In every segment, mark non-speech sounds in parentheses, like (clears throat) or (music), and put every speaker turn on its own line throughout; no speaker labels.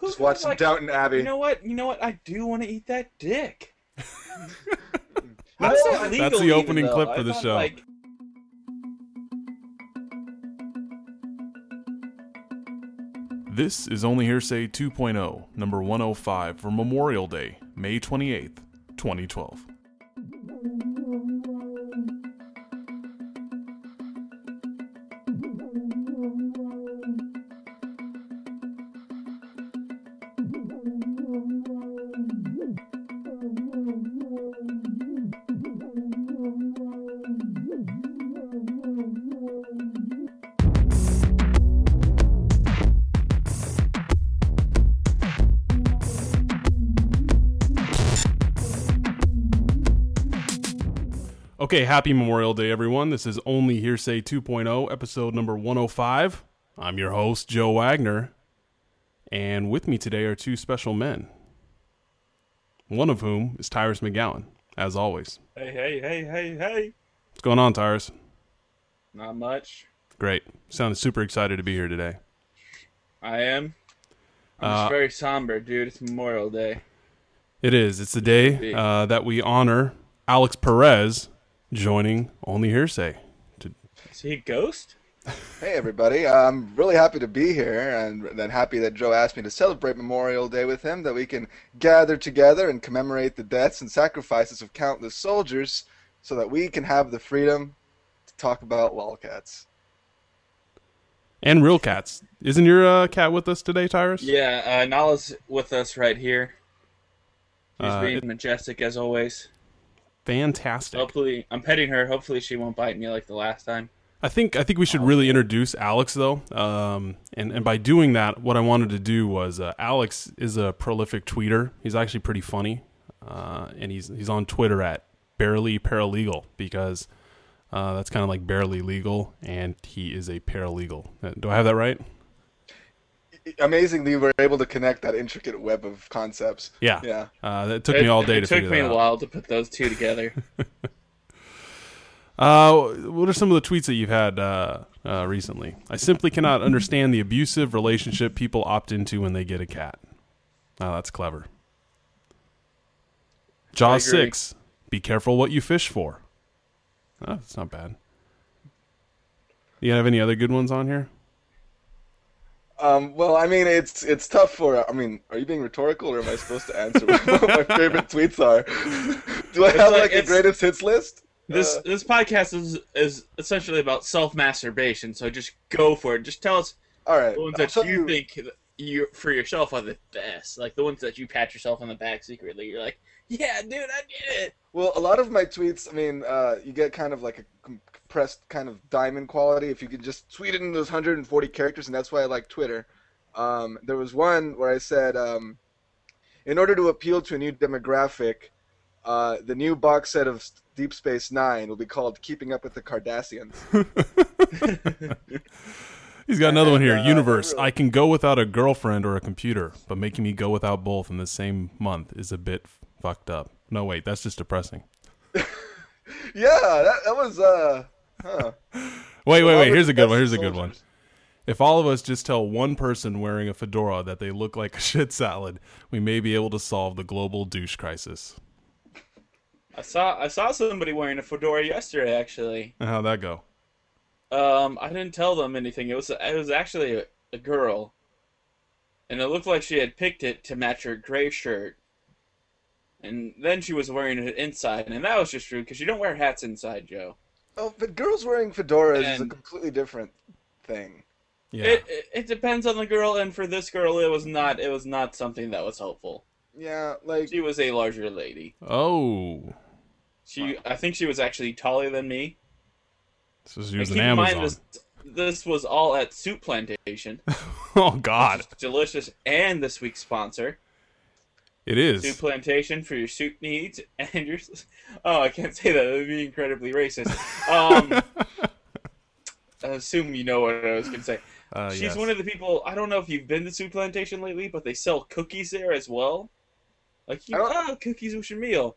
Just watch some
like-
Downton Abbey.
You know what? You know what? I do want to eat that dick.
(laughs)
That's-
That's, illegal
that's
the
even,
opening
though.
clip
I
for the
thought,
show.
like-
This is Only Hearsay 2.0, number 105 for Memorial Day, May 28th, 2012. Okay, happy Memorial Day, everyone. This is Only Hearsay 2.0, episode number 105. I'm your host, Joe Wagner. And with me today are two special men. One of whom is Tyrus McGowan, as always.
hey, hey, hey, hey, hey.
What's going on, Tyrus?
Not much.
Great. Sounded super excited to be here today.
I am. I'm just
Uh,
very somber, dude. It's Memorial Day.
It is. It's the day uh, that we honor Alex Perez joining Only Hearsay.
Is he a ghost?
Hey everybody, I'm really happy to be here, and then happy that Joe asked me to celebrate Memorial Day with him, that we can gather together and commemorate the deaths and sacrifices of countless soldiers, so that we can have the freedom to talk about lolcats.
And Real Cats. Isn't your uh, cat with us today, Tyrus?
Yeah, uh, Nala's with us right here. She's
Uh,
being
it-
majestic as always.
Fantastic.
Hopefully, I'm petting her. Hopefully, she won't bite me like the last time.
I think I think we should really introduce Alex though, um, and and by doing that, what I wanted to do was uh, Alex is a prolific tweeter. He's actually pretty funny, uh, and he's he's on Twitter at barely paralegal because uh, that's kind of like barely legal, and he is a paralegal. Uh, Do I have that right?
Amazingly, we're able to connect that intricate web of concepts.
Yeah.
Yeah.
Uh, that took me all day
it
to
took
figure
me
that
a
out.
while to put those two together.
(laughs) Uh, what are some of the tweets that you've had uh, uh, recently? I simply cannot understand the abusive relationship people opt into when they get a cat. Oh, that's clever. Jaws
I agree.
six. Be careful what you fish for. Oh, that's not bad. You have any other good ones on here?
Um, well, I mean, it's it's tough for. I mean, are you being rhetorical, or am I supposed to answer (laughs) what my favorite tweets are? (laughs) Do I have
like-
like, a
it's-
greatest hits list?
This
Uh,
this podcast is is essentially about self masturbation. So just go for it. Just tell us
all right.
the ones
I'll
that
tell
you think that you for yourself are the best. Like the ones that you pat yourself on the back secretly. You're like, yeah, dude, I did it.
Well, a lot of my tweets, I mean, uh, you get kind of like a com- compressed kind of diamond quality if you could just tweet it in those 140 characters, and that's why I like Twitter. Um, there was one where I said, um, in order to appeal to a new demographic, uh, the new box set of S- Deep Space Nine will be called Keeping Up with the Cardassians. (laughs)
He's got another one here.
(laughs)
Uh,
Universe.
really-
I can go without a girlfriend or a computer, but making me go without both in the same month is a bit fucked up. No, wait, that's just depressing.
yeah, that, that was, uh, huh.
Wait,
Why
wait, wait.
would
Here's a
the
good one.
best
Here's a good one.
soldiers-
If all of us just tell one person wearing a fedora that they look like a (laughs) shit salad, we may be able to solve the global douche crisis.
I saw I saw somebody wearing a fedora yesterday. Actually,
And how'd that go?
um, I didn't tell them anything. It was it was actually a, a girl, and it looked like she had picked it to match her gray shirt. And then she was wearing it inside, and that was just rude because you don't wear hats inside, Joe.
Oh, but girls wearing fedoras is a
And-
completely different thing.
Yeah.
It, it it depends on the girl, and for this girl, it was not it was not something that was helpful.
Yeah, like,
She was a larger lady.
oh.
She I think she was actually taller than me.
So she was
And
an
keep in
Amazon.
mind this this was all at Soup Plantation,
(laughs) oh, God.
delicious, and this week's sponsor,
It
Soup
is.
Plantation for your soup needs and your. (laughs) Oh, I can't say that; it would be incredibly racist. Um,
(laughs)
I assume you know what I was gonna say.
Uh,
She's
yes.
one of the people. I don't know if you've been to Soup Plantation lately, but they sell cookies there as well. Like, you,
I don't-
oh, cookies with your meal.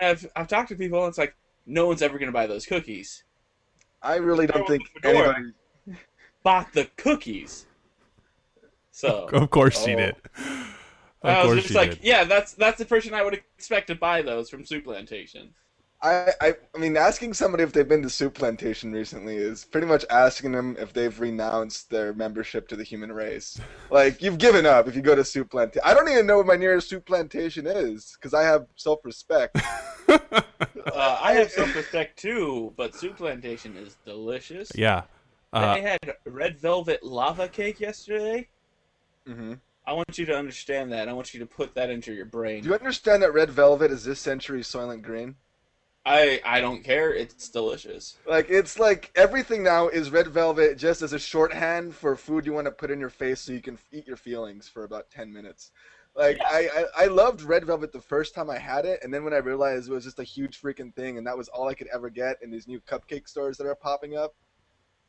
And I've I've talked to people, and it's like no one's ever gonna buy those cookies.
I really
Girl
don't
with
think
a fedora.
anybody
Bought the cookies. So
(laughs) Of course she
Oh.
did. Of
I was
course
just
she
like,
did.
yeah, that's that's the person I would expect to buy those from Soup Plantation.
I, I I mean, asking somebody if they've been to Soup Plantation recently is pretty much asking them if they've renounced their membership to the human race. Like, you've given up if you go to Soup Plantation. I don't even know what my nearest Soup Plantation is because I have self-respect. (laughs)
Uh, I have self respect too, but Soup Plantation is delicious.
Yeah. Uh,
I had red velvet lava cake yesterday.
hmm
I want you to understand that. I want you to put that into your brain.
Do you understand that Red Velvet is this century's Soylent Green?
I I don't care. It's delicious.
Like, it's like everything now is Red Velvet just as a shorthand for food you want to put in your face so you can eat your feelings for about 10 minutes. Like, I, I, I loved Red Velvet the first time I had it, and then when I realized it was just a huge freaking thing and that was all I could ever get in these new cupcake stores that are popping up.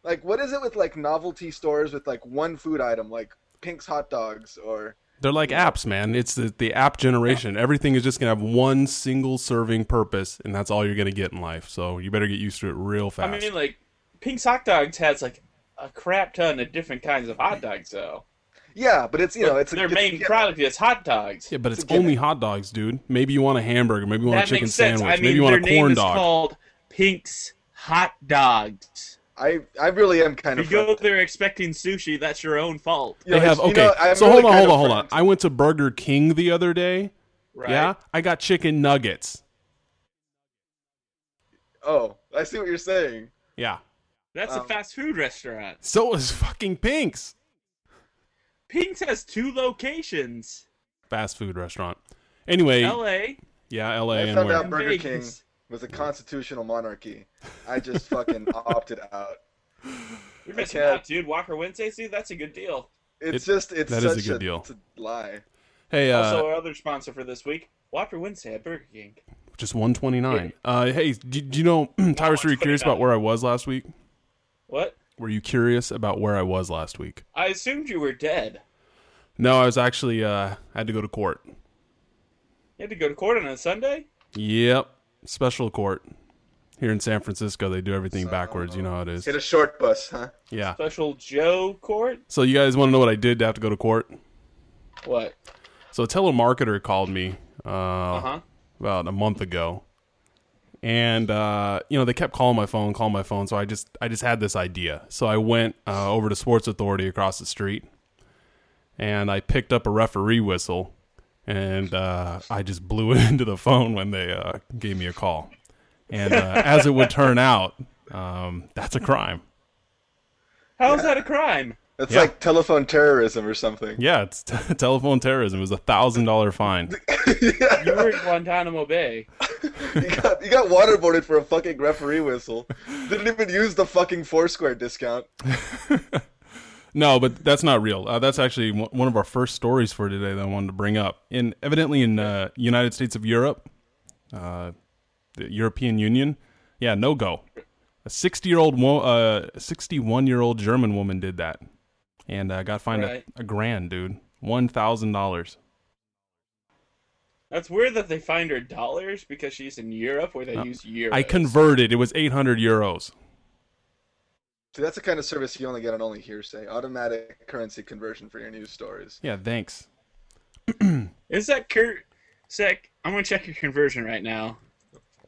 Like, what is it with, like, novelty stores with, like, one food item, like Pink's Hot Dogs or.
They're like apps, man. It's the, the app generation. Everything is just going to have one single serving purpose, and that's all you're going to get in life. So you better get used to it real fast.
I mean, like Pink's hot dogs has like a crap ton of different kinds of hot dogs though.
Yeah, but it's, you know, it's
their
it's
main
gimmick.
product is hot dogs.
yeah, but it's
it's a gimmick.
only hot dogs, dude. Maybe you want a hamburger. Maybe you want
that
a chicken
makes sense.
sandwich.
I mean,
maybe you
their
want a
name
corn
is
dog.
called Pink's Hot Dogs.
I, I really am kind
If
of.
you go there expecting sushi, that's your own fault.
You know,
they have
it's-
okay.
you know, I'm
so
really
hold on,
kind
hold
of
on, hold on.
friends-
I went to Burger King the other day.
Right?
Yeah, I got chicken nuggets.
Oh, I see what you're saying.
Yeah,
That's a
Um,
fast food restaurant.
so is fucking Pink's
Pink's has two locations:
fast food restaurant. Anyway,
L.A.
yeah, L.A.
I
and
found
where?
out Burger King
Vegas.
was a constitutional monarchy.
(laughs)
I just fucking opted out.
You're
I
missing
can't-
out, dude. Walker Wednesday, see, that's a good deal.
It's
It-
just it's
that is a
such
good deal.
It's a lie.
Hey, uh,
also, our other sponsor for this week: Walker Wednesday at Burger King.
just one twenty nine. Uh, hey, do, do you know, (clears throat) Tyrus? Were you curious about where I was last week?
What?
Were you curious about where I was last week?
I assumed you were dead.
No, I was actually uh, had to go to court.
You had to go to court on a Sunday.
Yep, special court here in San Francisco. They do everything backwards. You know how it is.
Hit a short bus, huh?
Yeah.
Special Joe court.
So you guys want to know what I did to have to go to court?
What?
So a telemarketer called me uh,
Uh huh.
about a month ago, and uh, you know they kept calling my phone, calling my phone. So I just I just had this idea. So I went uh, over to Sports Authority across the street, and I picked up a referee whistle, and uh, I just blew (laughs) it into the phone when they uh, gave me a call. And uh, as it would turn out, um, that's a crime.
How is that a crime?
It's
Yeah.
like telephone terrorism or something.
Yeah, it's (laughs) telephone terrorism. It was a thousand dollar fine.
You were in Guantanamo Bay.
(laughs) You got you got waterboarded for a fucking referee whistle. Didn't even use the fucking Foursquare discount.
No, but that's not real. Uh, that's actually one one of our first stories for today that I wanted to bring up. In evidently in uh, United States of Europe, uh, the European Union, yeah, no go. A sixty-year-old, wo- uh, sixty-one-year-old German woman did that, and uh, got fined
Right.
a, a grand, dude, one thousand dollars.
That's weird that they find her dollars because she's in Europe where they use euros.
I converted; it was eight hundred euros.
See, that's the kind of service you only get on only hearsay. Automatic currency conversion for your news stories.
Yeah, thanks.
Is that Kurt? Sec, I'm gonna check your conversion right now.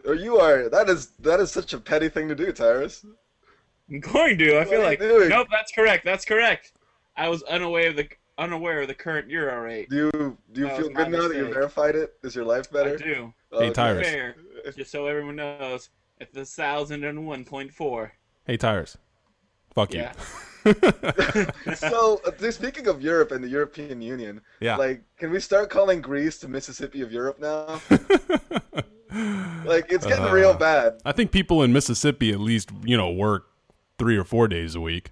Or you are that is that is such a petty thing to do, Tyrus.
I'm going to. I feel
What are
like
you doing?
nope. That's correct. That's correct. I was unaware of the unaware of the current euro rate.
Do you do you
That was
feel
my
good now that you
mistake.
verified it? Is your life
I
better?
do.
Oh,
Hey,
okay.
Tyrus.
Fair. Just so everyone knows, it's the thousand and one point four.
Hey, Tyrus, fuck
Yeah.
you.
so uh, th- speaking of Europe and the European Union,
yeah.
like, can we start calling Greece the Mississippi of Europe
(laughs)
now? like, it's getting
Uh.
real bad.
I think people in Mississippi at least, you know, work three or four days a week.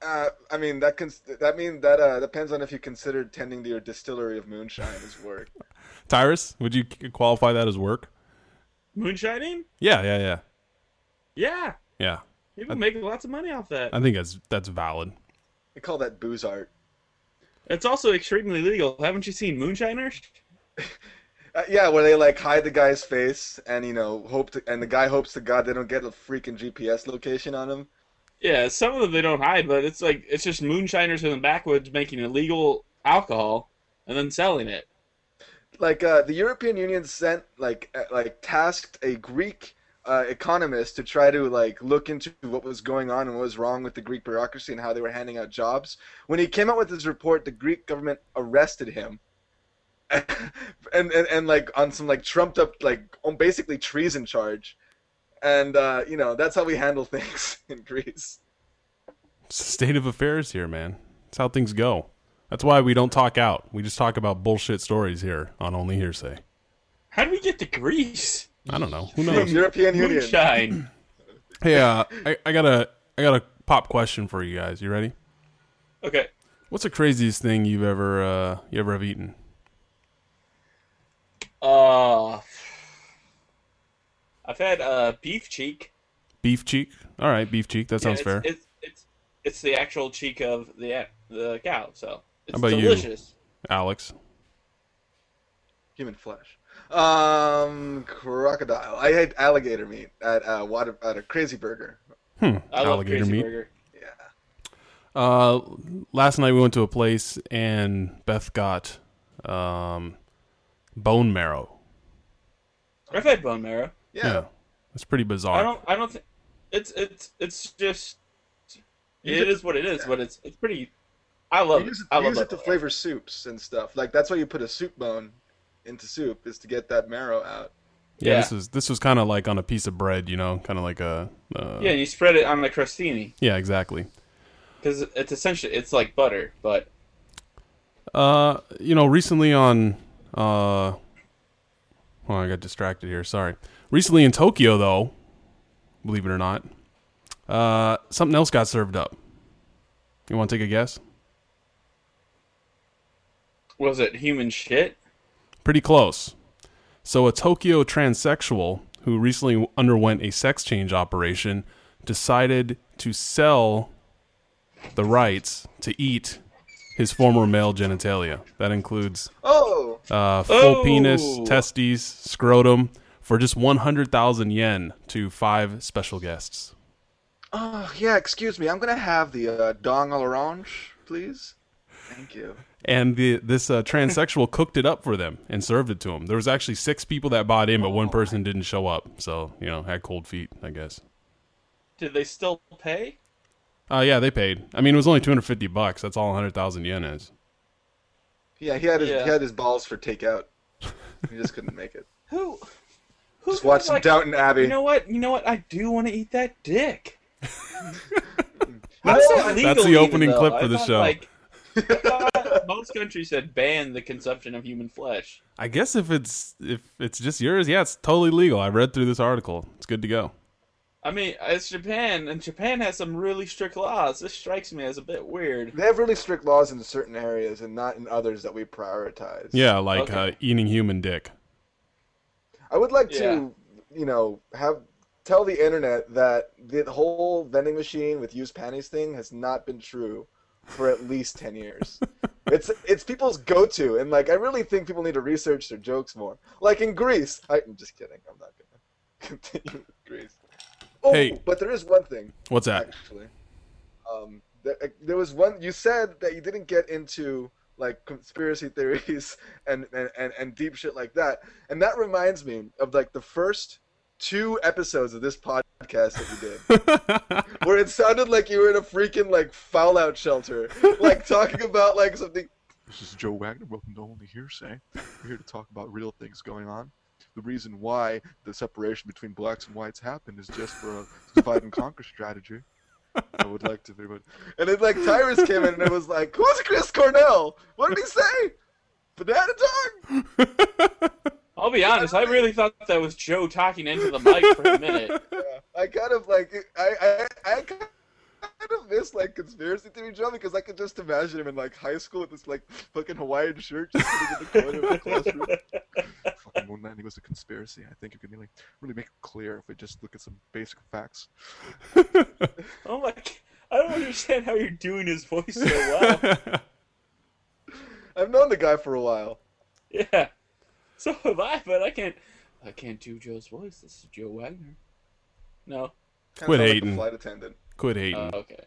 Uh, I mean, that cons- that mean that uh, depends on if you consider tending to your distillery of moonshine as work.
Tyrus, would you c- qualify that as work?
Moonshining?
Yeah, yeah, yeah,
Yeah.
yeah.
People make lots of money off that.
I think that's that's valid.
We call that booze art.
It's also extremely legal. Haven't you seen moonshiners?
Uh, yeah, where they like hide the guy's face and you know hope to, and the guy hopes to God they don't get a freaking GPS location on him.
Yeah, some of them they don't hide, but it's like it's just moonshiners in the backwoods making illegal alcohol and then selling it.
Like uh, the European Union sent like uh, like tasked a Greek uh, economist to try to like look into what was going on and what was wrong with the Greek bureaucracy and how they were handing out jobs. When he came out with his report, the Greek government arrested him. (laughs) and, and and like on some like trumped up like on basically treason charge, and uh, you know that's how we handle (laughs) things in Greece.
It's the state of affairs here, man. It's how things go. That's why we don't talk out. We just talk about bullshit stories here on Only Hearsay.
How do we get to Greece?
I don't know. Who
From (laughs)
knows?
European Union.
(clears throat)
Moonshine.
hey, uh, I, I got a I got a pop question for you guys. You ready?
Okay.
What's the craziest thing you've ever uh, you ever have eaten?
Uh, I've had uh, beef cheek.
Beef cheek. All right, beef cheek. That sounds
Yeah,
fair.
it's, It's, it's it's the actual cheek of the the cow, so it's
about you?
delicious.
Alex.
human flesh. Um, crocodile. I had alligator meat at uh, water at a Crazy Burger.
I love
Alligator
crazy
meat.
burger.
Uh, last night we went to a place and Beth got um, bone marrow.
I've had bone marrow.
Yeah.
It's pretty
I
bizarre.
don't. I don't. Th- it's it's it's just.
You
It
just-
is what it is, but it's it's pretty. I love
You
it.
use it,
I
you
love
use it to
buffalo.
flavor soups and stuff. Like that's why you put a soup bone into soup is to get that marrow out.
yeah,
yeah.
this is this was kind of like on a piece of bread, you know, kind of like a uh,
Yeah, and you spread it on the crostini
yeah, exactly.
because it's essentially it's like butter, but
Uh, you know, recently on uh, well, I got distracted here. Sorry. Recently in Tokyo, though, believe it or not, uh, something else got served up. You want to take a guess?
was it human shit?
Pretty close. So, a Tokyo transsexual who recently underwent a sex change operation decided to sell the rights to eat his former male genitalia. That includes
Oh,
uh, full
Oh.
penis, testes, scrotum for just 100,000 yen to five special guests.
oh yeah. Excuse me. I'm gonna have the uh, dong à l'orange, please. Thank you.
And the, this uh, transsexual (laughs) cooked it up for them and served it to them. There was actually six people that bought in, but one person didn't show up. So, you know, had cold feet, I guess.
Did they still pay?
Uh, yeah, they paid. I mean, it was only 250 bucks. That's all 100,000 yen is.
Yeah, he had his
Yeah.
he had his balls for takeout. He just couldn't make it.
Who? Who
Just watch
goes
some
like,
Downton Abbey.
You know what? You know what? I do want to eat that dick.
That's-
not
that's
legal
the
even,
opening
though.
clip
I
for the
thought,
show.
Like, I
(laughs)
thought most countries had banned the consumption of human flesh.
I guess if it's if it's just yours, yeah, it's totally legal. I read through this article. It's good to go.
I mean, it's Japan, and Japan has some really strict laws. This strikes me as a bit weird.
They have really strict laws in certain areas and not in others that we prioritize.
Yeah, like
Okay.
uh, eating human dick.
I would like
Yeah.
to, you know, have tell the internet that the whole vending machine with used panties thing has not been true for at least 10 years. it's it's people's go-to and like I really think people need to research their jokes more. Like in Greece, I, I'm just kidding. I'm not going to (laughs) continue with Greece. Oh,
Hey.
but there is one thing
What's that?
actually. Um, there, there was one. You said that you didn't get into like conspiracy (laughs) theories and, and, and, and deep shit like that, and that reminds me of like the first two episodes of this podcast that you did where it sounded like you were in a freaking like fallout shelter like talking about like something
This is Joe Wagner. Welcome to Only Hearsay. We're here to talk about real things going on. The reason why the separation between blacks and whites happened is just for a divide and conquer strategy. I would like to, but
and then like tyrus came in and it was like who's chris cornell what did he say banana dog
I'll be honest, I really thought that was Joe talking into the mic for a
(laughs)
minute.
I kind of like I I, I kind of miss like conspiracy theory Joe because I could just imagine him in like high school with this like fucking Hawaiian shirt just
(laughs)
sitting in the corner of the classroom.
fucking moon landing was a conspiracy. I think it could be like really make it clear if we just look at some basic facts.
Oh my! g- I don't understand how you're doing his voice so
(laughs)
well.
I've known the guy for a while.
Yeah. So have I, but I can't. I can't do Joe's voice. This is Joe Wagner. No.
Kind
Quit
of sound
hating.
Like a flight attendant.
Quit hating.
Uh, okay.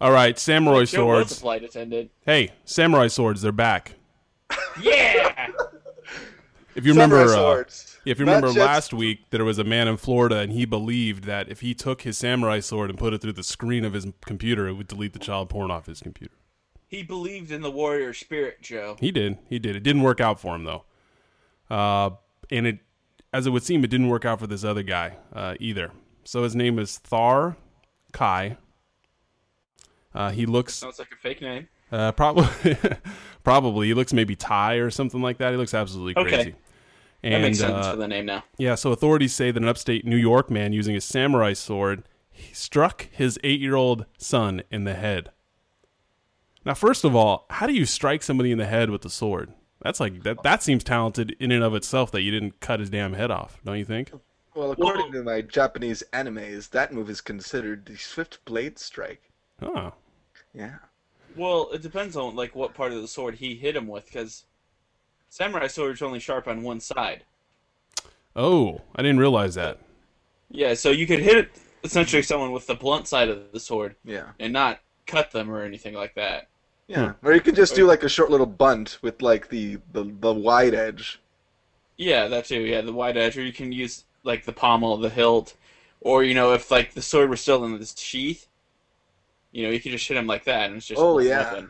All right,
Joe
samurai
was a
swords.
flight attendant.
Hey, samurai swords, they're back.
Yeah.
If you remember,
Samurai
uh,
swords.
if you
Not
remember
just-
last week, there was a man in Florida, and he believed that if he took his samurai sword and put it through the screen of his computer, it would delete the child porn off his computer.
he believed in the warrior spirit, Joe.
He did. He did. It didn't work out for him though, uh, and it, as it would seem, it didn't work out for this other guy uh, either. So his name is Thar Kai. Uh, he looks
Sounds like a fake name.
uh, probably (laughs) probably he looks maybe Thai or something like that. He looks absolutely
Okay.
crazy.
That
And
makes sense
uh,
for the name now.
yeah, so authorities say that an upstate New York man using a samurai sword struck his eight-year-old son in the head. Now, first of all, how do you strike somebody in the head with a sword? That's like that. That seems talented in and of itself. That you didn't cut his damn head off, don't you think?
Well, according
Well-
to my Japanese animes, that move is considered the swift blade strike.
Oh,
Yeah.
Well, it depends on like what part of the sword he hit him with, because samurai swords are only sharp on one side.
oh, I didn't realize that.
Yeah, so you could hit essentially someone with the blunt side of the sword
Yeah.
and not cut them or anything like that.
Yeah. Hmm. Or you could just do like a short little bunt with like the the, the wide edge.
Yeah, that too. Yeah, the wide edge, or you can use like the pommel, the hilt, or you know, if like the sword were still in the sheath, you know, you could just hit him like that, and it's just
Oh,
it's
yeah.
nothing.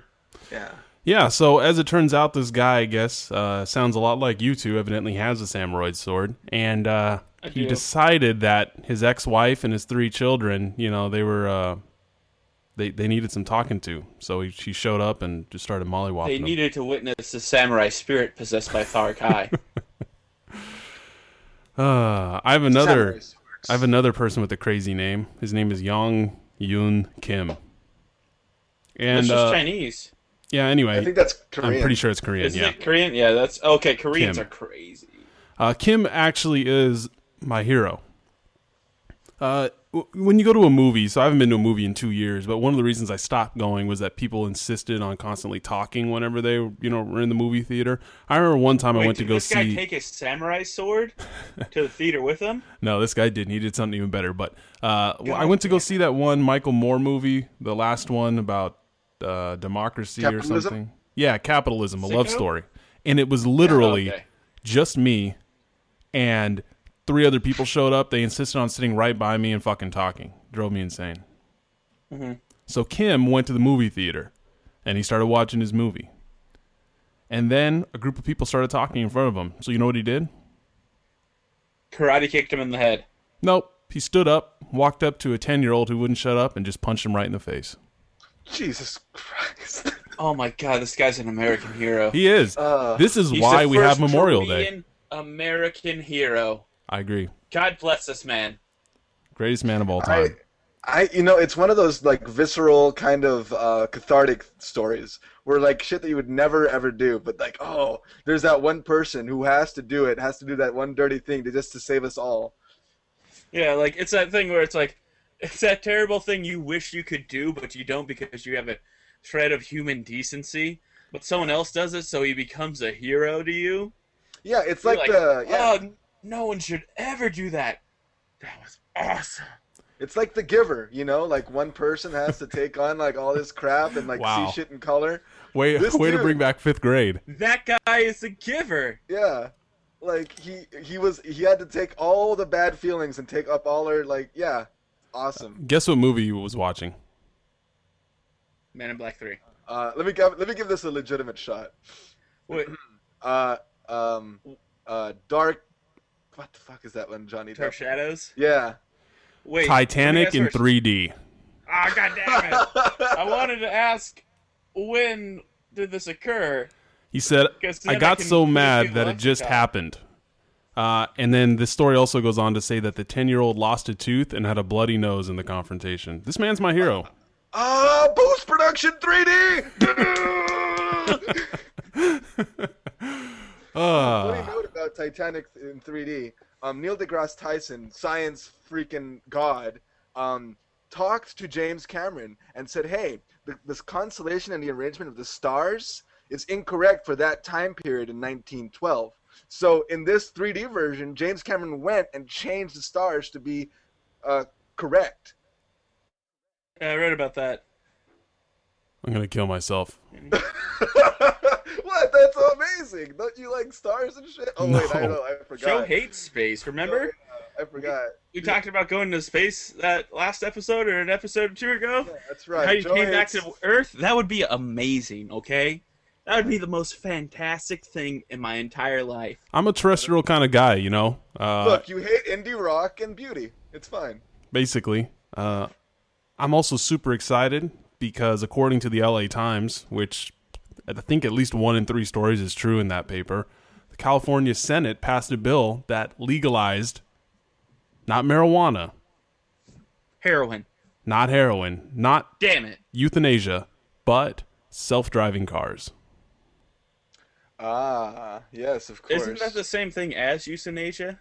Yeah.
Yeah, so as it turns out, this guy, I guess, uh, sounds a lot like you two, evidently has a samurai sword. And uh,
I
he
do.
decided that his ex wife and his three children, you know, they were. Uh, they, they needed some talking to, so he, she showed up and just started mollywopping
They
them.
needed to witness the samurai spirit possessed by Thar
(laughs)
Kai.
Uh, I have another.
Samurai swords.
I have another person with a crazy name. His name is Yong Yoon Kim.
it's
And
just
uh,
Chinese.
yeah,
I
anyway,
think that's Korean.
I'm pretty sure it's Korean.
Isn't
yeah,
it Korean? Yeah, that's okay. Koreans
Kim.
are crazy.
Uh, Kim actually is my hero. Uh, w- when you go to a movie, so I haven't been to a movie in two years, but one of the reasons I stopped going was that people insisted on constantly talking whenever they, you know, were in the movie theater. I remember one time I
Wait,
went to
did
go
this guy
see.
take his samurai sword to the theater with him?
No, this guy didn't. He did something even better. But uh, well, I went to go see that one Michael Moore movie, the last one about uh, democracy or
Capitalism?
something. Yeah, capitalism, a love
Sicko?
story, and it was literally
okay.
just me and three other people showed up. They insisted on sitting right by me and fucking talking. Drove me insane. So Kim went to the movie theater and he started watching his movie. And then a group of people started talking in front of him. So you know what he did?
Karate kicked him in the head.
Nope. He stood up, walked up to a 10 year old who wouldn't shut up, and just punched him right in the face.
Jesus
Um,
Christ.
Oh my god, this guy's an American hero.
He is.
Uh,
this is
He's
why
the
we have
first
Memorial Day.
Korean American hero.
I agree.
God bless this man.
Greatest man of all time.
I you know it's one of those like visceral kind of uh, cathartic stories where like shit that you would never ever do, but like oh, there's that one person who has to do it, has to do that one dirty thing to just to save us all.
Yeah, like it's that thing where it's like it's that terrible thing you wish you could do but you don't because you have a shred of human decency, but someone else does it so he becomes a hero to you.
Yeah, it's
You're
like, the yeah,
"Oh, no one should ever do that. That was awesome.
it's like the giver, you know, like one person has to take on like all this crap and like
Wow.
see shit in color.
way
this
way to
dude-
bring back fifth grade.
That guy is a giver.
Yeah. Like he he was he had to take all the bad feelings and take up all her like yeah, awesome.
Guess what movie you was watching?
Man in Black Three.
Uh, let me give let me give this a legitimate shot.
Wait,
Uh, um, uh, dark. What the fuck is that one, Johnny?
Dark
Depp?
Shadows.
Yeah.
Wait,
Titanic in
and
3D.
Ah, goddamn it!
(laughs)
I wanted to ask when did this occur?
He said,
Guess then
I got
I can
so
use
mad
your
that it just
lexicon."
happened. Uh, and then the story also goes on to say that the 10 year old lost a tooth and had a bloody nose in the confrontation. This man's my hero.
(laughs)
Ah, post production (laughs) 3D. what do you
Uh,
know about Titanic in 3D? Um, Neil deGrasse Tyson, science freaking god, um, talked to James Cameron and said, "Hey, the, this constellation and the arrangement of the stars is incorrect for that time period in 1912." So in this 3D version, James Cameron went and changed the stars to be uh, correct.
Yeah, I read about that.
I'm gonna kill myself.
(laughs) what? That's amazing. Don't you like stars and shit? Oh wait, I
No.
know. I forgot.
Joe hates space. Remember,
I forgot.
we talked about going to space that last episode or an episode or two ago.
Yeah, that's right.
How you
Joe
came back
hates-
to Earth? That would be amazing. Okay, that would be the most fantastic thing in my entire life.
I'm a terrestrial kind of guy, you know. Uh,
Look, you hate indie rock and beauty. It's fine.
basically. Uh, I'm also super excited because, according to the LA Times, which I think at least one in three stories is true in that paper, the California Senate passed a bill that legalized not marijuana,
Heroin.
not heroin, not
Damn it.
euthanasia, but self driving cars.
Ah, yes, of course.
Isn't that the same thing as euthanasia?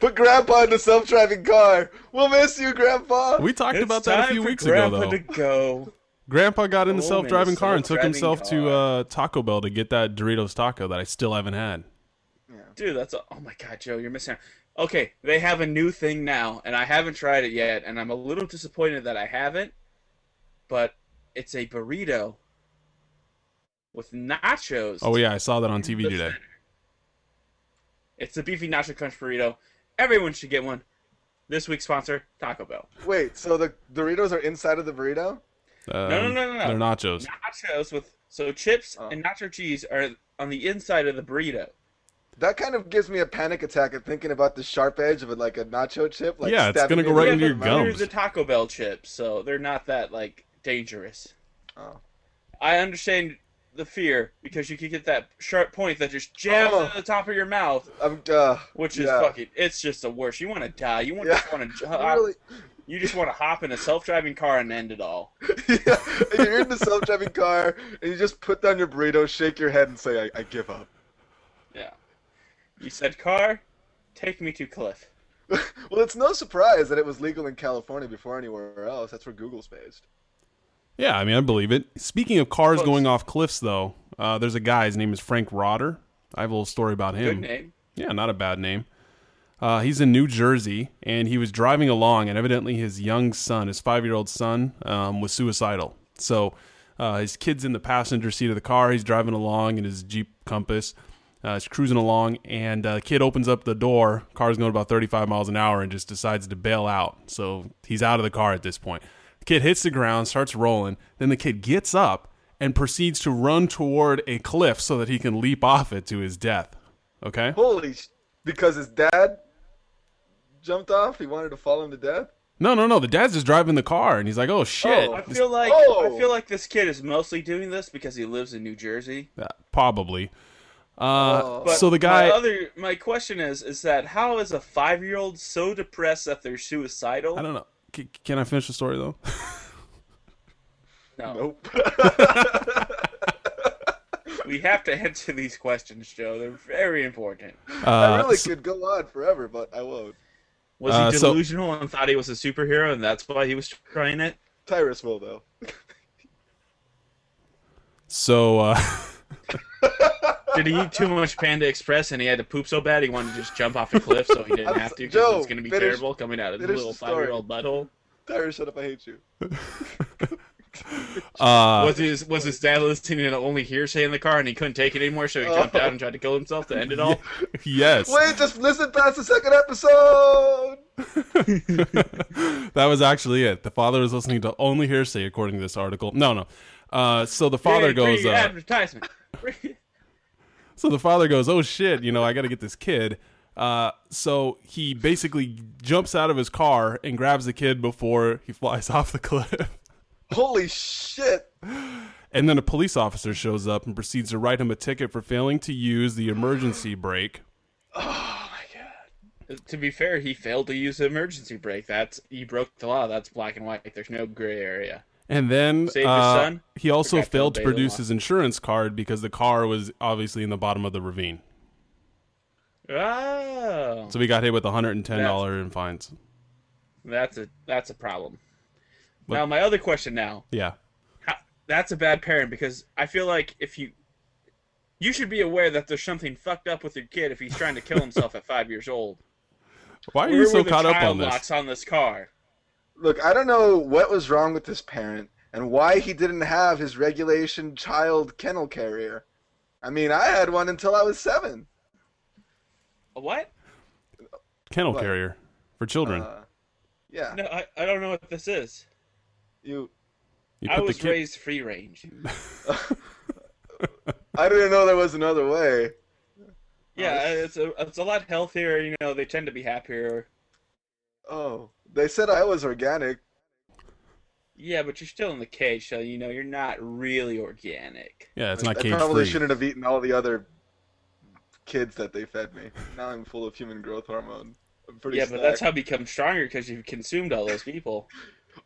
Put Grandpa in the self-driving car. We'll miss you, Grandpa.
We talked about that a few weeks ago, though.
To go.
Grandpa got in the
Oh,
self driving
man,
car and took
self-driving
himself to
car.
uh, Taco Bell to get that Doritos taco that I still haven't had.
Dude, that's a, oh my god, Joe, you're missing out. Okay, they have a new thing now, and I haven't tried it yet, and I'm a little disappointed that I haven't. But it's a burrito with nachos.
Oh, yeah, I saw that on TV today.
It's a beefy nacho crunch burrito. Everyone should get one. This week's sponsor, Taco Bell.
Wait, so the Doritos are inside of the burrito?
Um,
no, no, no, no.
They're nachos.
Nachos with so chips
Oh.
and nacho cheese are on the inside of the burrito.
That kind of gives me a panic attack at thinking about the sharp edge of a, like a nacho chip. Like
Yeah, it's
stabbing
gonna
me
go
in the
right
back
into
of
your
my
gum.
mouth.
Here's a Taco Bell chip, so they're not that like dangerous.
Oh.
I understand the fear because you could get that sharp point that just jabs
Oh.
into the top of your mouth,
I'm, uh,
which is
yeah.
fucking. It's just the worst. You want to die. You want
Yeah.
just
(laughs)
want to.
You Really,
You just want to hop in a self-driving car and end it all.
yeah, you're in the self-driving car, and you just put down your burrito, shake your head, and say, "I, I give up." (laughs)
Yeah. You said car, take me to Cliff.
well, it's no surprise that it was legal in California before anywhere else. That's where Google's based.
Yeah, I mean, I believe it. Speaking of cars
Close.
going off cliffs, though, uh, there's a guy. His name is Frank Rotter. I have a little story about
Good
him.
name.
Yeah, not a bad name. Uh, he's in New Jersey, and he was driving along, and evidently his young son, his five-year-old son, um, was suicidal. So uh, his kid's in the passenger seat of the car. He's driving along in his Jeep Compass. Uh, he's cruising along, and uh, the kid opens up the door. Car's going about 35 miles an hour, and just decides to bail out. So he's out of the car at this point. The kid hits the ground, starts rolling. Then the kid gets up and proceeds to run toward a cliff so that he can leap off it to his death. Okay.
Holy sh! Because his dad jumped off. He wanted to fall him to death.
No, no, no. The dad's just driving the car, and he's like, "Oh shit,
Oh,
I feel like
Oh.
I feel like this kid is mostly doing this because he lives in New Jersey.
Uh, probably." Uh,
Oh.
But
so the guy,
My other my question is is that how is a five year old so depressed that they're suicidal?
I don't know. C- can I finish the story though?
No,
Nope.
we have to (laughs) answer these questions, Joe. They're very important.
(laughs) I
Uh,
really
so-
could go on forever, but I won't.
Was
Uh,
he
so-
delusional and thought he was a superhero, and that's why he was trying it?
Tyrus will though. (laughs) (laughs)
so uh,
Did he eat too much Panda Express and he had to poop so bad he wanted to just jump off a cliff so he didn't
I'm
have to?
so-
Because
Joe,
it's going to be
finish-
terrible coming out of his
finish
little
the story.
five year old butthole.
Tyrus, shut up! I hate you.
uh,
was his was his dad listening to only hearsay in the car and he couldn't take it anymore, so he jumped
Oh.
out and tried to kill himself to end it all?
yes,
Wait, just listen past the second episode.
(laughs) that was actually it. The father was listening to only hearsay, according to this article. No, no. Uh, so the father
Yay,
goes,
free
uh,
advertisement.
so the father goes, "Oh shit, you know, I got to get this kid." Uh, so he basically jumps out of his car and grabs the kid before he flies (laughs) off the cliff.
Holy shit!
And then a police officer shows up and proceeds to write him a ticket for failing to use the emergency brake.
to be fair, he failed to use the emergency brake. That's you broke the law. That's black and white. There's no gray area.
And then
Save your
uh,
son?
he also
Forgot to
failed to
obey the
produce
law.
his insurance card because the car was obviously in the bottom of the ravine.
Oh,
So he got hit with $110 in fines.
that's a that's a problem. Now my other question now.
Yeah.
How, that's a bad parent because I feel like if you you should be aware that there's something fucked up with your kid if he's trying to kill himself at five years old.
Why (laughs) are
Where
you so
were the
caught up
child
on this?
locks on this car?
Look, I don't know what was wrong with this parent and why he didn't have his regulation child kennel carrier. I mean, I had one until I was seven.
A What?
Kennel
What?
carrier for children.
Uh, yeah,
No, I, I don't know what this is.
you.
you
I
put the
was
kid-
raised free range.
I didn't know there was another way.
Yeah,
Oh.
it's a it's a lot healthier. You know, they tend to be happier.
Oh, they said I was organic.
Yeah, but you're still in the cage, so you know you're not really organic.
Yeah, it's not
I
cage
probably
free.
shouldn't have eaten all the other kids that they fed me. Now I'm full of human growth hormone. I'm pretty
yeah, but that's
stacked.
how you become stronger because you've consumed all those people.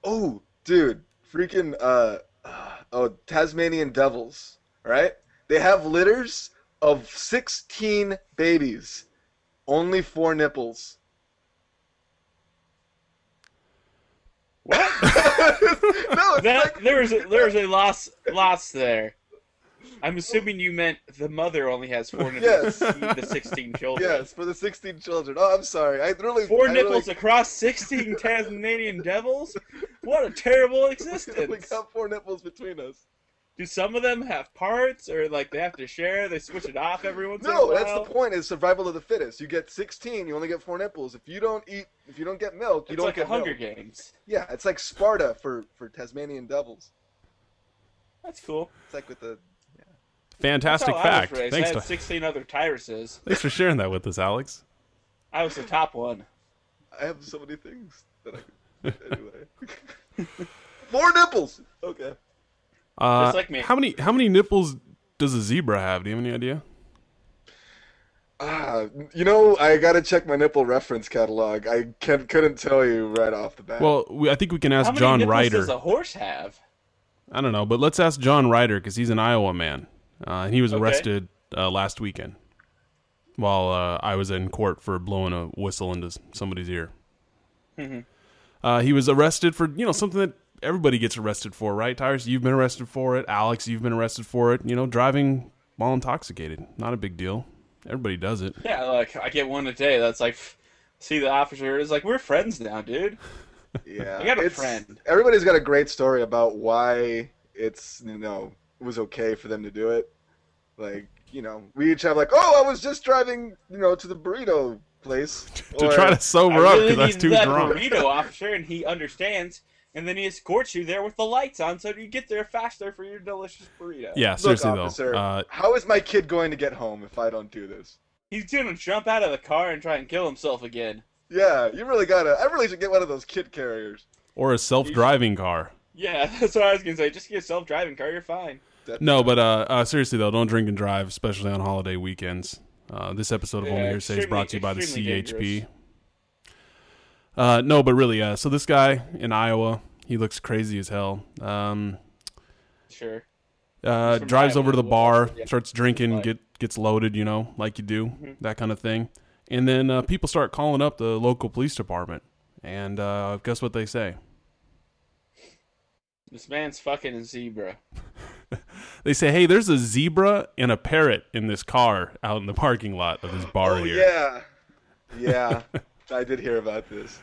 Oh, dude, freaking uh, oh Tasmanian devils, right? They have litters of sixteen babies, only four nipples. (laughs)
What? (laughs)
no, (laughs) it's
that
like,
there was
(laughs)
a, there was a loss loss there. I'm assuming you meant the mother only has four
(laughs)
nipples
Yes.
to feed the 16 children.
yes, for the sixteen children. Oh, I'm sorry, I really
Four
I
nipples
Really,
across
(laughs)
16 Tasmanian devils? What a terrible
(laughs) we
existence.
got four nipples between us.
Do some of them have parts or like they have to share? They switch it off every once in a
No,
while?
that's the point. Is survival of the fittest. You get sixteen, you only get four nipples. If you don't eat, if you don't get milk, you
It's
don't
like the
get
Hunger
milk.
Games.
Yeah, it's like Sparta for for Tasmanian devils.
That's cool.
It's like with the
That's
Fantastic
how Oh, I was
fact.
raised.
Thanks,
I had
to-
16 other Tyruses.
thanks for sharing that with us, Alex.
I was the top one.
I have so many things that I could. Anyway. (laughs) Four nipples! Okay.
Uh,
Just like me.
How many how many nipples does a zebra have? Do you have any idea?
Ah, you know, I gotta check my nipple reference catalog. I can, couldn't tell you right off the bat.
Well, we, I think we can
How
ask
many
John
nipples
Ryder.
does a horse have?
I don't know, but let's ask John Ryder because he's an Iowa man, uh, and he was
Okay.
arrested uh, last weekend while uh, I was in court for blowing a whistle into s- somebody's ear.
Mm-hmm.
Uh, he was arrested for you know something that everybody gets arrested for, right? Tyrus, you've been arrested for it. Alex, you've been arrested for it. You know, driving while intoxicated, not a big deal. Everybody does it.
Yeah, like I get one a day. That's like, pff, see the officer is like, we're friends now, dude.
yeah.
I got a
it's-
friend.
Everybody's got a great story about why it's, you know, it was okay for them to do it. Like, you know, we each have, like, oh, I was just driving, you know, to the burrito place.
To try to
I
sober up
really
because I was
need
too
that
drunk.
burrito officer, and he understands. And then he escorts you there with the lights on, so you get there faster for your delicious burrito.
Yeah,
Look,
seriously
officer,
though. Uh,
how is my kid going to get home if I don't do this?
He's gonna jump out of the car and try and kill himself again.
Yeah, you really gotta. I really should get one of those kid carriers.
or a self-driving car.
Yeah, (laughs) that's what I was gonna say. Just get a self-driving car, you're fine.
No, but uh, uh, seriously though, don't drink and drive, especially on holiday weekends. Uh, this episode of
Yeah,
Only Hearsay is brought to you by the
extremely- extremely
CHP. Uh, no, but really, uh, so this guy in Iowa, he looks crazy as hell. Um,
Sure.
uh,
He's from
drives
Iowa,
over to the
what-
bar,
yeah. Mm-hmm.
starts drinking,
Like-
get gets loaded, you know, like you do, that kind of thing. And then uh, people start calling up the local police department, and uh, guess what they say?
This man's fucking a zebra.
They say, "Hey, there's a zebra and a parrot in this car out in the parking lot of this bar
Oh
here."
yeah, yeah. (laughs) I did hear about this.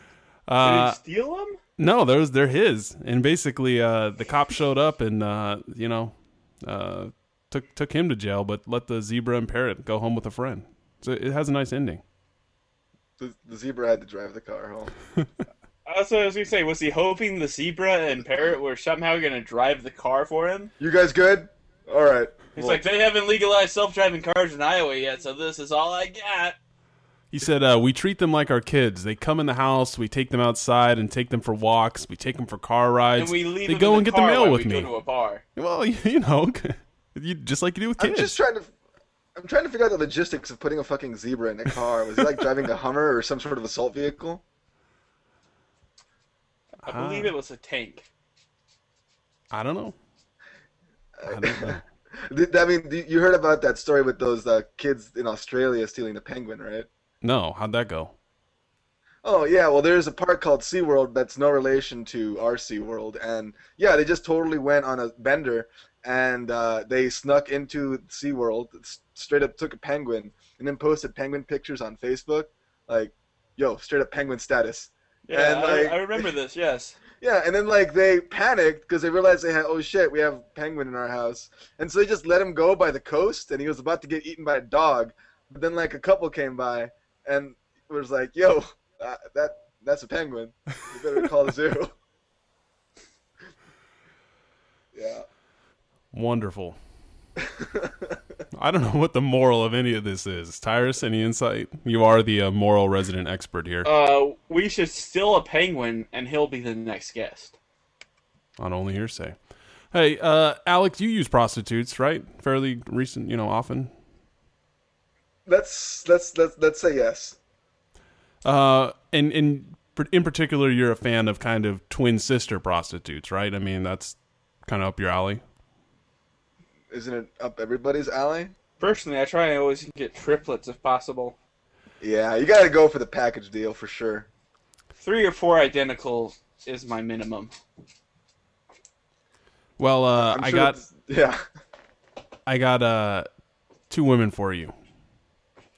Did
Uh,
he steal him?
No, those they're his. And basically, uh, the cop showed up and uh, you know uh, took took him to jail, but let the zebra and parrot go home with a friend. So it has a nice ending.
The, the zebra had to drive the car home.
That's what I was gonna say. Was he hoping the zebra and parrot were somehow gonna drive the car for him?
You guys good? All right.
He's
Well,
like, they haven't legalized self-driving cars in Iowa yet, so this is all I got.
He said, uh, "We treat them like our kids. They come in the house, we take them outside and take them for walks, we take them for car rides.
And we leave.
they
him
go
in
and
the
get the
car
mail
when
with
we
me.
Go to a bar.
Well, (laughs) you know, you, just like you do with
I'm
kids.
just trying to. I'm trying to figure out the logistics of putting a fucking zebra in a car. Was he like driving a Hummer or some sort of assault vehicle?
I
Ah.
believe it was a tank.
I
(laughs)
don't know. I
(laughs)
don't know.
Did, I mean, you heard about that story with those uh, kids in Australia stealing a penguin, right?
no, how'd that go?
Oh yeah, well there's a park called SeaWorld that's no relation to our SeaWorld and yeah, they just totally went on a bender and uh, they snuck into SeaWorld, s- straight up took a penguin and then posted penguin pictures on Facebook like, yo, straight up penguin status.
Yeah,
And,
I,
like-
I remember this. Yes.
Yeah, and then like they panicked because they realized they had oh shit, we have penguin in our house, and so they just let him go by the coast, and he was about to get eaten by a dog, but then like a couple came by and was like, yo, uh, that that's a penguin, you better call the zoo. (laughs) yeah,
Wonderful. I don't know what the moral of any of this is. Tyrus, any insight? You are the uh, moral resident expert here
Uh, we should steal a penguin, and he'll be the next guest.
on Only Hearsay. Hey, uh, Alex, you use prostitutes, right? Fairly recent, you know, often.
let's let's let's let's say yes.
Uh, and in in particular, you're a fan of kind of twin sister prostitutes, right? I mean, that's kind of up your alley.
Isn't it up everybody's alley?
Personally, I try and always get triplets if possible.
Yeah, you gotta go for the package deal for sure.
Three or four identical is my minimum.
Well, uh,
I'm
I
sure
got
that's-
(laughs)
yeah.
I got uh, two women for you,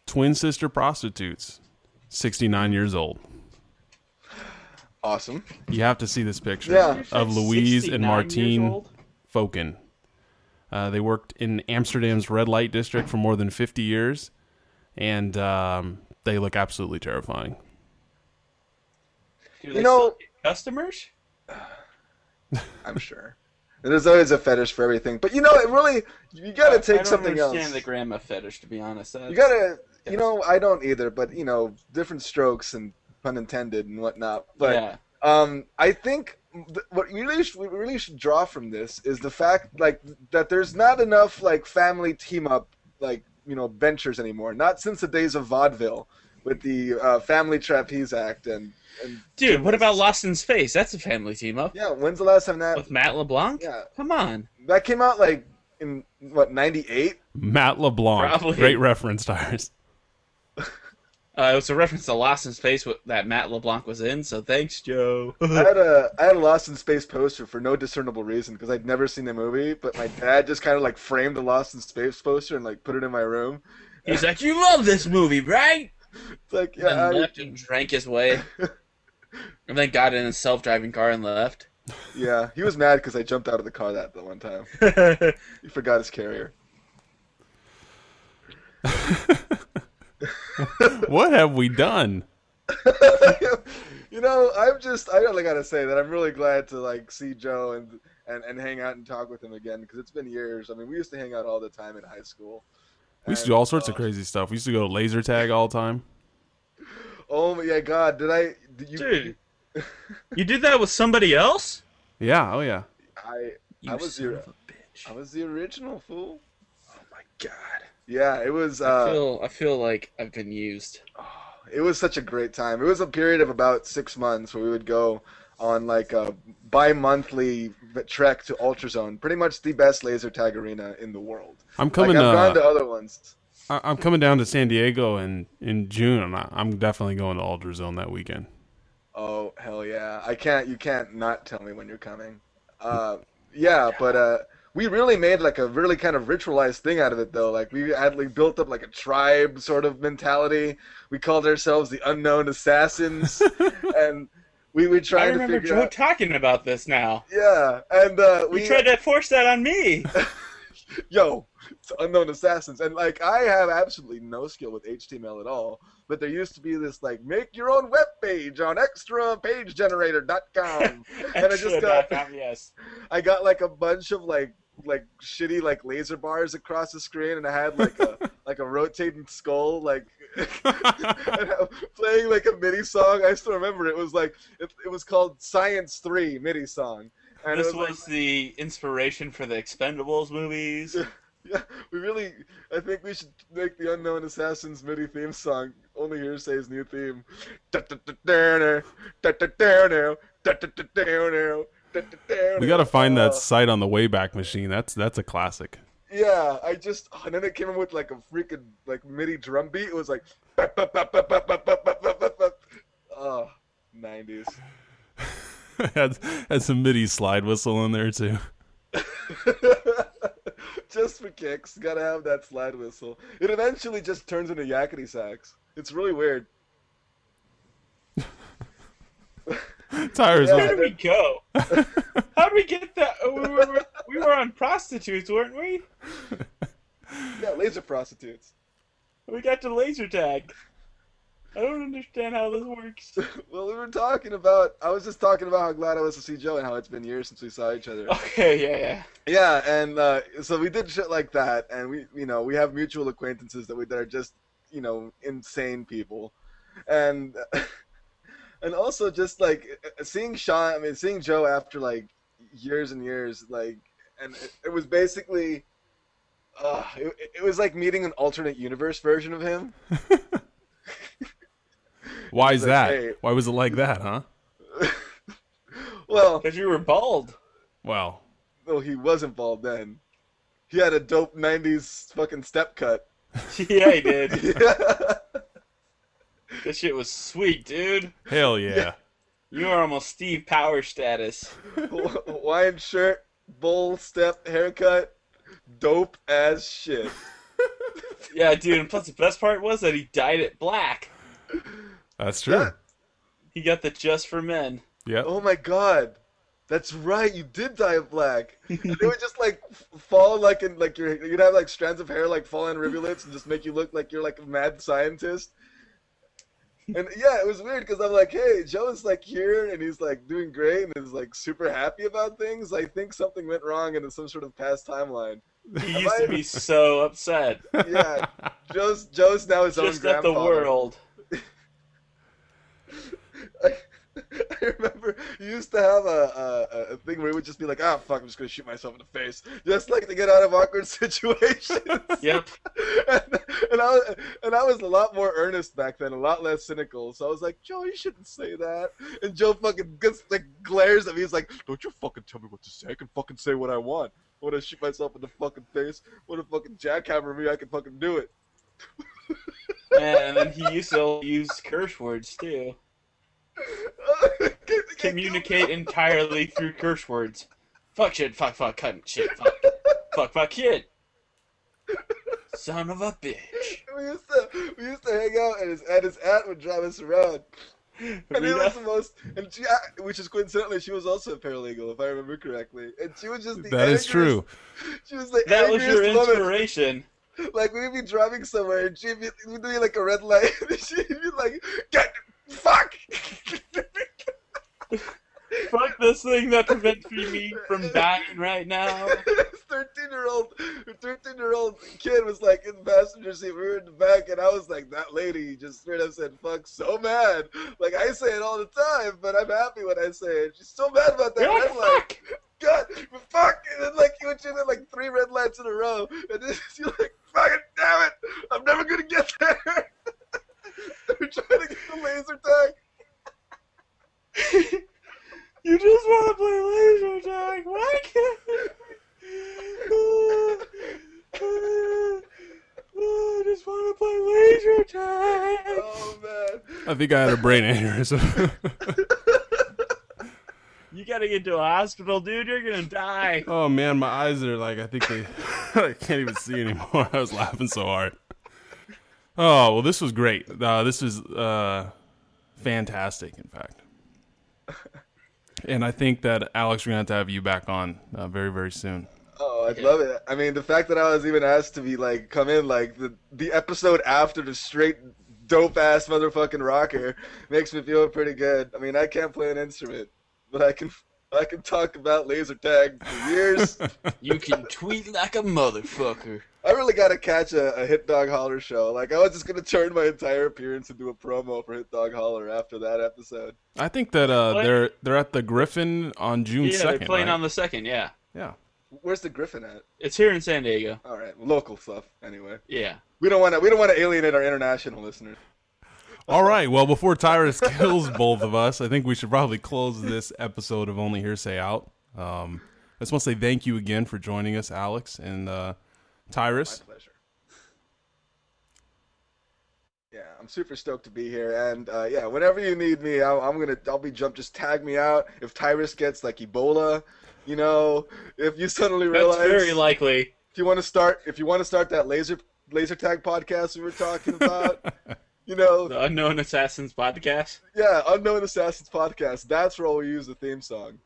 twin sister prostitutes, sixty nine years old.
Awesome.
You have to see this picture
Yeah.
of
She's
Louise
69 years
and Martine
old.
Foken. Uh, they worked in Amsterdam's red light district for more than 50 years, and um, they look absolutely terrifying.
Do they
know-
still get customers.
I'm sure. There's always a fetish for everything, but you know, it really you gotta
I
take
don't
something
understand
else.
the grandma fetish, to be honest. That's-
you gotta,
Yes.
you know, I don't either, but you know, different strokes and pun intended and whatnot. But
yeah.
um, I think th- what you really sh- we really should draw from this is the fact like that there's not enough like family team up like you know ventures anymore. Not since the days of vaudeville with the uh, Family Trapeze Act and and
Dude, what about Lost in Space? That's a family team up
yeah. When's the last time that?
with Matt LeBlanc.
Yeah,
Come on.
that came out like in what '98.
Matt LeBlanc,
Probably.
great reference, Tyrus.
Uh, it was a reference to Lost in Space with- that Matt LeBlanc was in. So thanks, Joe. (laughs)
I had a I had a Lost in Space poster for no discernible reason because I'd never seen the movie, but my dad just kind of like framed the Lost in Space poster and like put it in my room.
He's like, you love this movie, right?
It's like
and
yeah, I-
left and drank his way,
(laughs)
and then got in a self-driving car and
(laughs)
left.
yeah. He was mad because I jumped out of the car that the one time. He forgot his carrier.
(laughs) what have we done?
you know, I'm just I really gotta say that I'm really glad to like see Joe and and, and hang out and talk with him again because it's been years. I mean, we used to hang out all the time in high school.
We used to
And,
do all sorts
uh,
of crazy stuff. We used to go to laser tag all the time.
Oh my yeah, God! Did I? Did you? (laughs)
Dude, you did that with somebody else?
Yeah, oh yeah.
I
You
I was Oh
son
your-
of a bitch.
I was the original fool.
my God.
Yeah, it was.
I
Uh,
feel I feel like I've been used.
it was such a great time. It was a period of about six months where we would go on like a bi-monthly trek to Ultrazone, pretty much the best laser tag arena in the world.
I'm coming.
like, I've
uh,
gone to other ones.
I- I'm coming down to San Diego in in June. and I- I'm definitely going to Alder Zone that weekend.
Oh hell yeah! I can't. You can't not tell me when you're coming. Uh, yeah, but uh, we really made like a really kind of ritualized thing out of it though. Like we had like built up like a tribe sort of mentality. We called ourselves the Unknown Assassins, and we were
I
trying to
remember
figure
Joe
out.
talking about this now.
Yeah, and uh,
You
we
tried to force that on
(laughs)
me.
yo, it's unknown assassins, and like I have absolutely no skill with HTML at all. But there used to be this like make your own web page on extrapagegenerator.com. And I just
Extra dot
got-
com, yes.
I got like a bunch of like like shitty like laser bars across the screen, and I had like a like a rotating skull like and I'm playing like a MIDI song. I still remember it was like it, it was called Science Three MIDI song. And it
This
was, like,
was the inspiration for the Expendables movies.
(laughs) Yeah, we really. I think we should make the Unknown Assassin's MIDI theme song only Hearsay's new theme. We
We got to find
Uh.
that site on the Wayback Machine. That's that's a classic.
Yeah, I just and then it came in with like a freaking like MIDI drum beat. It was like. "Bap, bap, bap, bap, bap, bap, bap, bap, bap, bap, bap." Oh, 90s.
(laughs) had, had some MIDI slide whistle in there too.
(laughs)
(laughs)
just for kicks, gotta have that slide whistle. It eventually just turns into yakety sax. It's really weird.
Tires
Where
on.
did we
(laughs)
go? How did we get that? oh, We were, we were on prostitutes, weren't we?
Yeah, laser prostitutes.
We got to laser tag. I don't understand how this
(laughs)
works.
well, we were talking about. I was just talking about how glad I was to see Joe and how it's been years since we saw each other.
Okay, yeah, yeah.
yeah, and uh, so we did shit like that, and we, you know, we have mutual acquaintances that we that are just, you know, insane people, and (laughs) and also just like seeing Sean. I mean, seeing Joe after like years and years, like, and it, it was basically. Uh, it, it was like meeting an alternate universe version of him.
Why is
Like, hey.
that? Why was it like that, huh?
Well,
Because you were bald. (laughs)
Well,
Well, he was involved then. He had a dope '90s fucking step cut. (laughs)
yeah, you did.
Yeah.
This shit was sweet, dude.
hell yeah.
You are almost Steve Power status.
Hawaiian shirt, bowl step haircut, dope as shit.
Yeah, dude. And plus, the best part was that he dyed it black.
That's true.
That-
He got the just for men.
Yep.
Oh my god, that's right. You did dye it black. And it would just like f- fall like in like your you'd have like strands of hair like fall in rivulets and just make you look like you're like a mad scientist. And yeah, it was weird because I'm like, hey, Joe's like here and he's like doing great and is like super happy about things. I think something went wrong in some sort of past timeline.
He used to be so
(laughs)
upset. (laughs)
Yeah, Joe's Joe's now his own
Just at
grandfather.
the world.
(laughs) I remember you used to have a, a, a thing where it would just be like, ah, fuck, I'm just gonna shoot myself in the face, just like to get out of awkward (laughs) situations.
Yep.
and, and I was, and I was a lot more earnest back then, a lot less cynical. So I was like, Joe, you shouldn't say that. And Joe fucking gets like glares at me. He's like, Don't you fucking tell me what to say. I can fucking say what I want. I want to shoot myself in the fucking face. Want to fucking jackhammer me? I can fucking do it. (laughs)
And then he used to use curse words too. Communicate entirely through curse words. Fuck shit, fuck, fuck, cunt, shit, fuck. Fuck, fuck, kid. Son of a bitch.
We used to we used to hang out, and his and his aunt would drive us around. And he was the
Rita,
most, and she, which is coincidentally, she was also a paralegal, if I remember correctly. And she was just the
That is
angriest-
true.
She was the
that was your
angriest woman.
inspiration.
Like we'd be driving somewhere, and she'd be we'd be like a red light, (laughs) and she'd be like, "Get fuck."
Fuck this thing that prevents me from dying right
(laughs)
now.
Thirteen-year-old, thirteen-year-old kid was like in the passenger seat. We were in the back, and I was like, "That lady just straight up said fuck so mad." Like I say it all the time, but I'm happy when I say it. She's so mad about that
You're like,
red light.
fuck!
God, fuck! And then, like, you would shoot at, like, three red lights in a row, and then (laughs) you're like, fucking damn it! I'm never gonna get there! (laughs) They're trying to get the laser tag!
You just want to play laser tag. Why can't I just want to play laser tag.
Oh, man.
I think I had a brain aneurysm. (laughs)
You gotta get to a hospital, dude. You're gonna die.
oh man, my eyes are like I think they (laughs) I can't even see anymore. (laughs) I was laughing so hard. Oh well, this was great. Uh, this is uh, fantastic, in fact. And I think that Alex, we're gonna have to have you back on uh, very very soon.
Oh, I'd love it. I mean, the fact that I was even asked to be, like, come in, like, the, the episode after the straight dope ass motherfucking rocker makes me feel pretty good. I mean, I can't play an instrument, but I can. I can talk about laser tag for years.
You can tweet like a motherfucker.
I really gotta catch a, a Hit Dog Holler show. Like I was just gonna turn my entire appearance into a promo for Hit Dog Holler after that episode.
I think that uh,
What?
they're they're at the Griffin on June
Yeah, they're
second.
playing on the second. Yeah,
yeah.
Where's the Griffin at?
it's here in San Diego.
All right, local stuff. Anyway,
Yeah.
we don't want to we don't want to alienate our international listeners.
All right. Well, before
(laughs)
Tyrus kills both of us, I think we should probably close this episode of Only Hearsay out. Um, I just want to say thank you again for joining us, Alex and uh,
My
Tyrus.
pleasure. Yeah, I'm super stoked to be here, and uh, yeah, whenever you need me, I'm, I'm gonna I'll be jump. Just tag me out if Tyrus gets like Ebola. You know, if you suddenly
That's
realize
very likely. (laughs)
if you want to start if you want to start that laser laser tag podcast we were talking about you know,
The Unknown Assassins podcast.
yeah, Unknown Assassins podcast. That's where we'll use the theme song.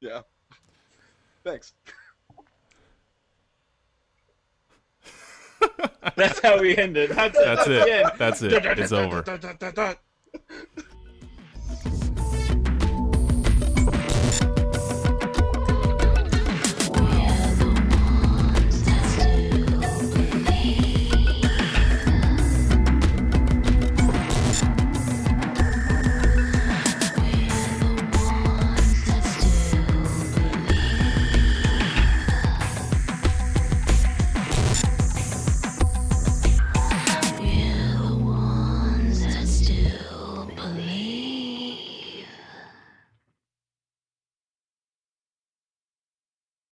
Yeah. Thanks.
That's how we ended. That's,
That's it. That's it. It's over.
Da-da-da-da-da-da-da.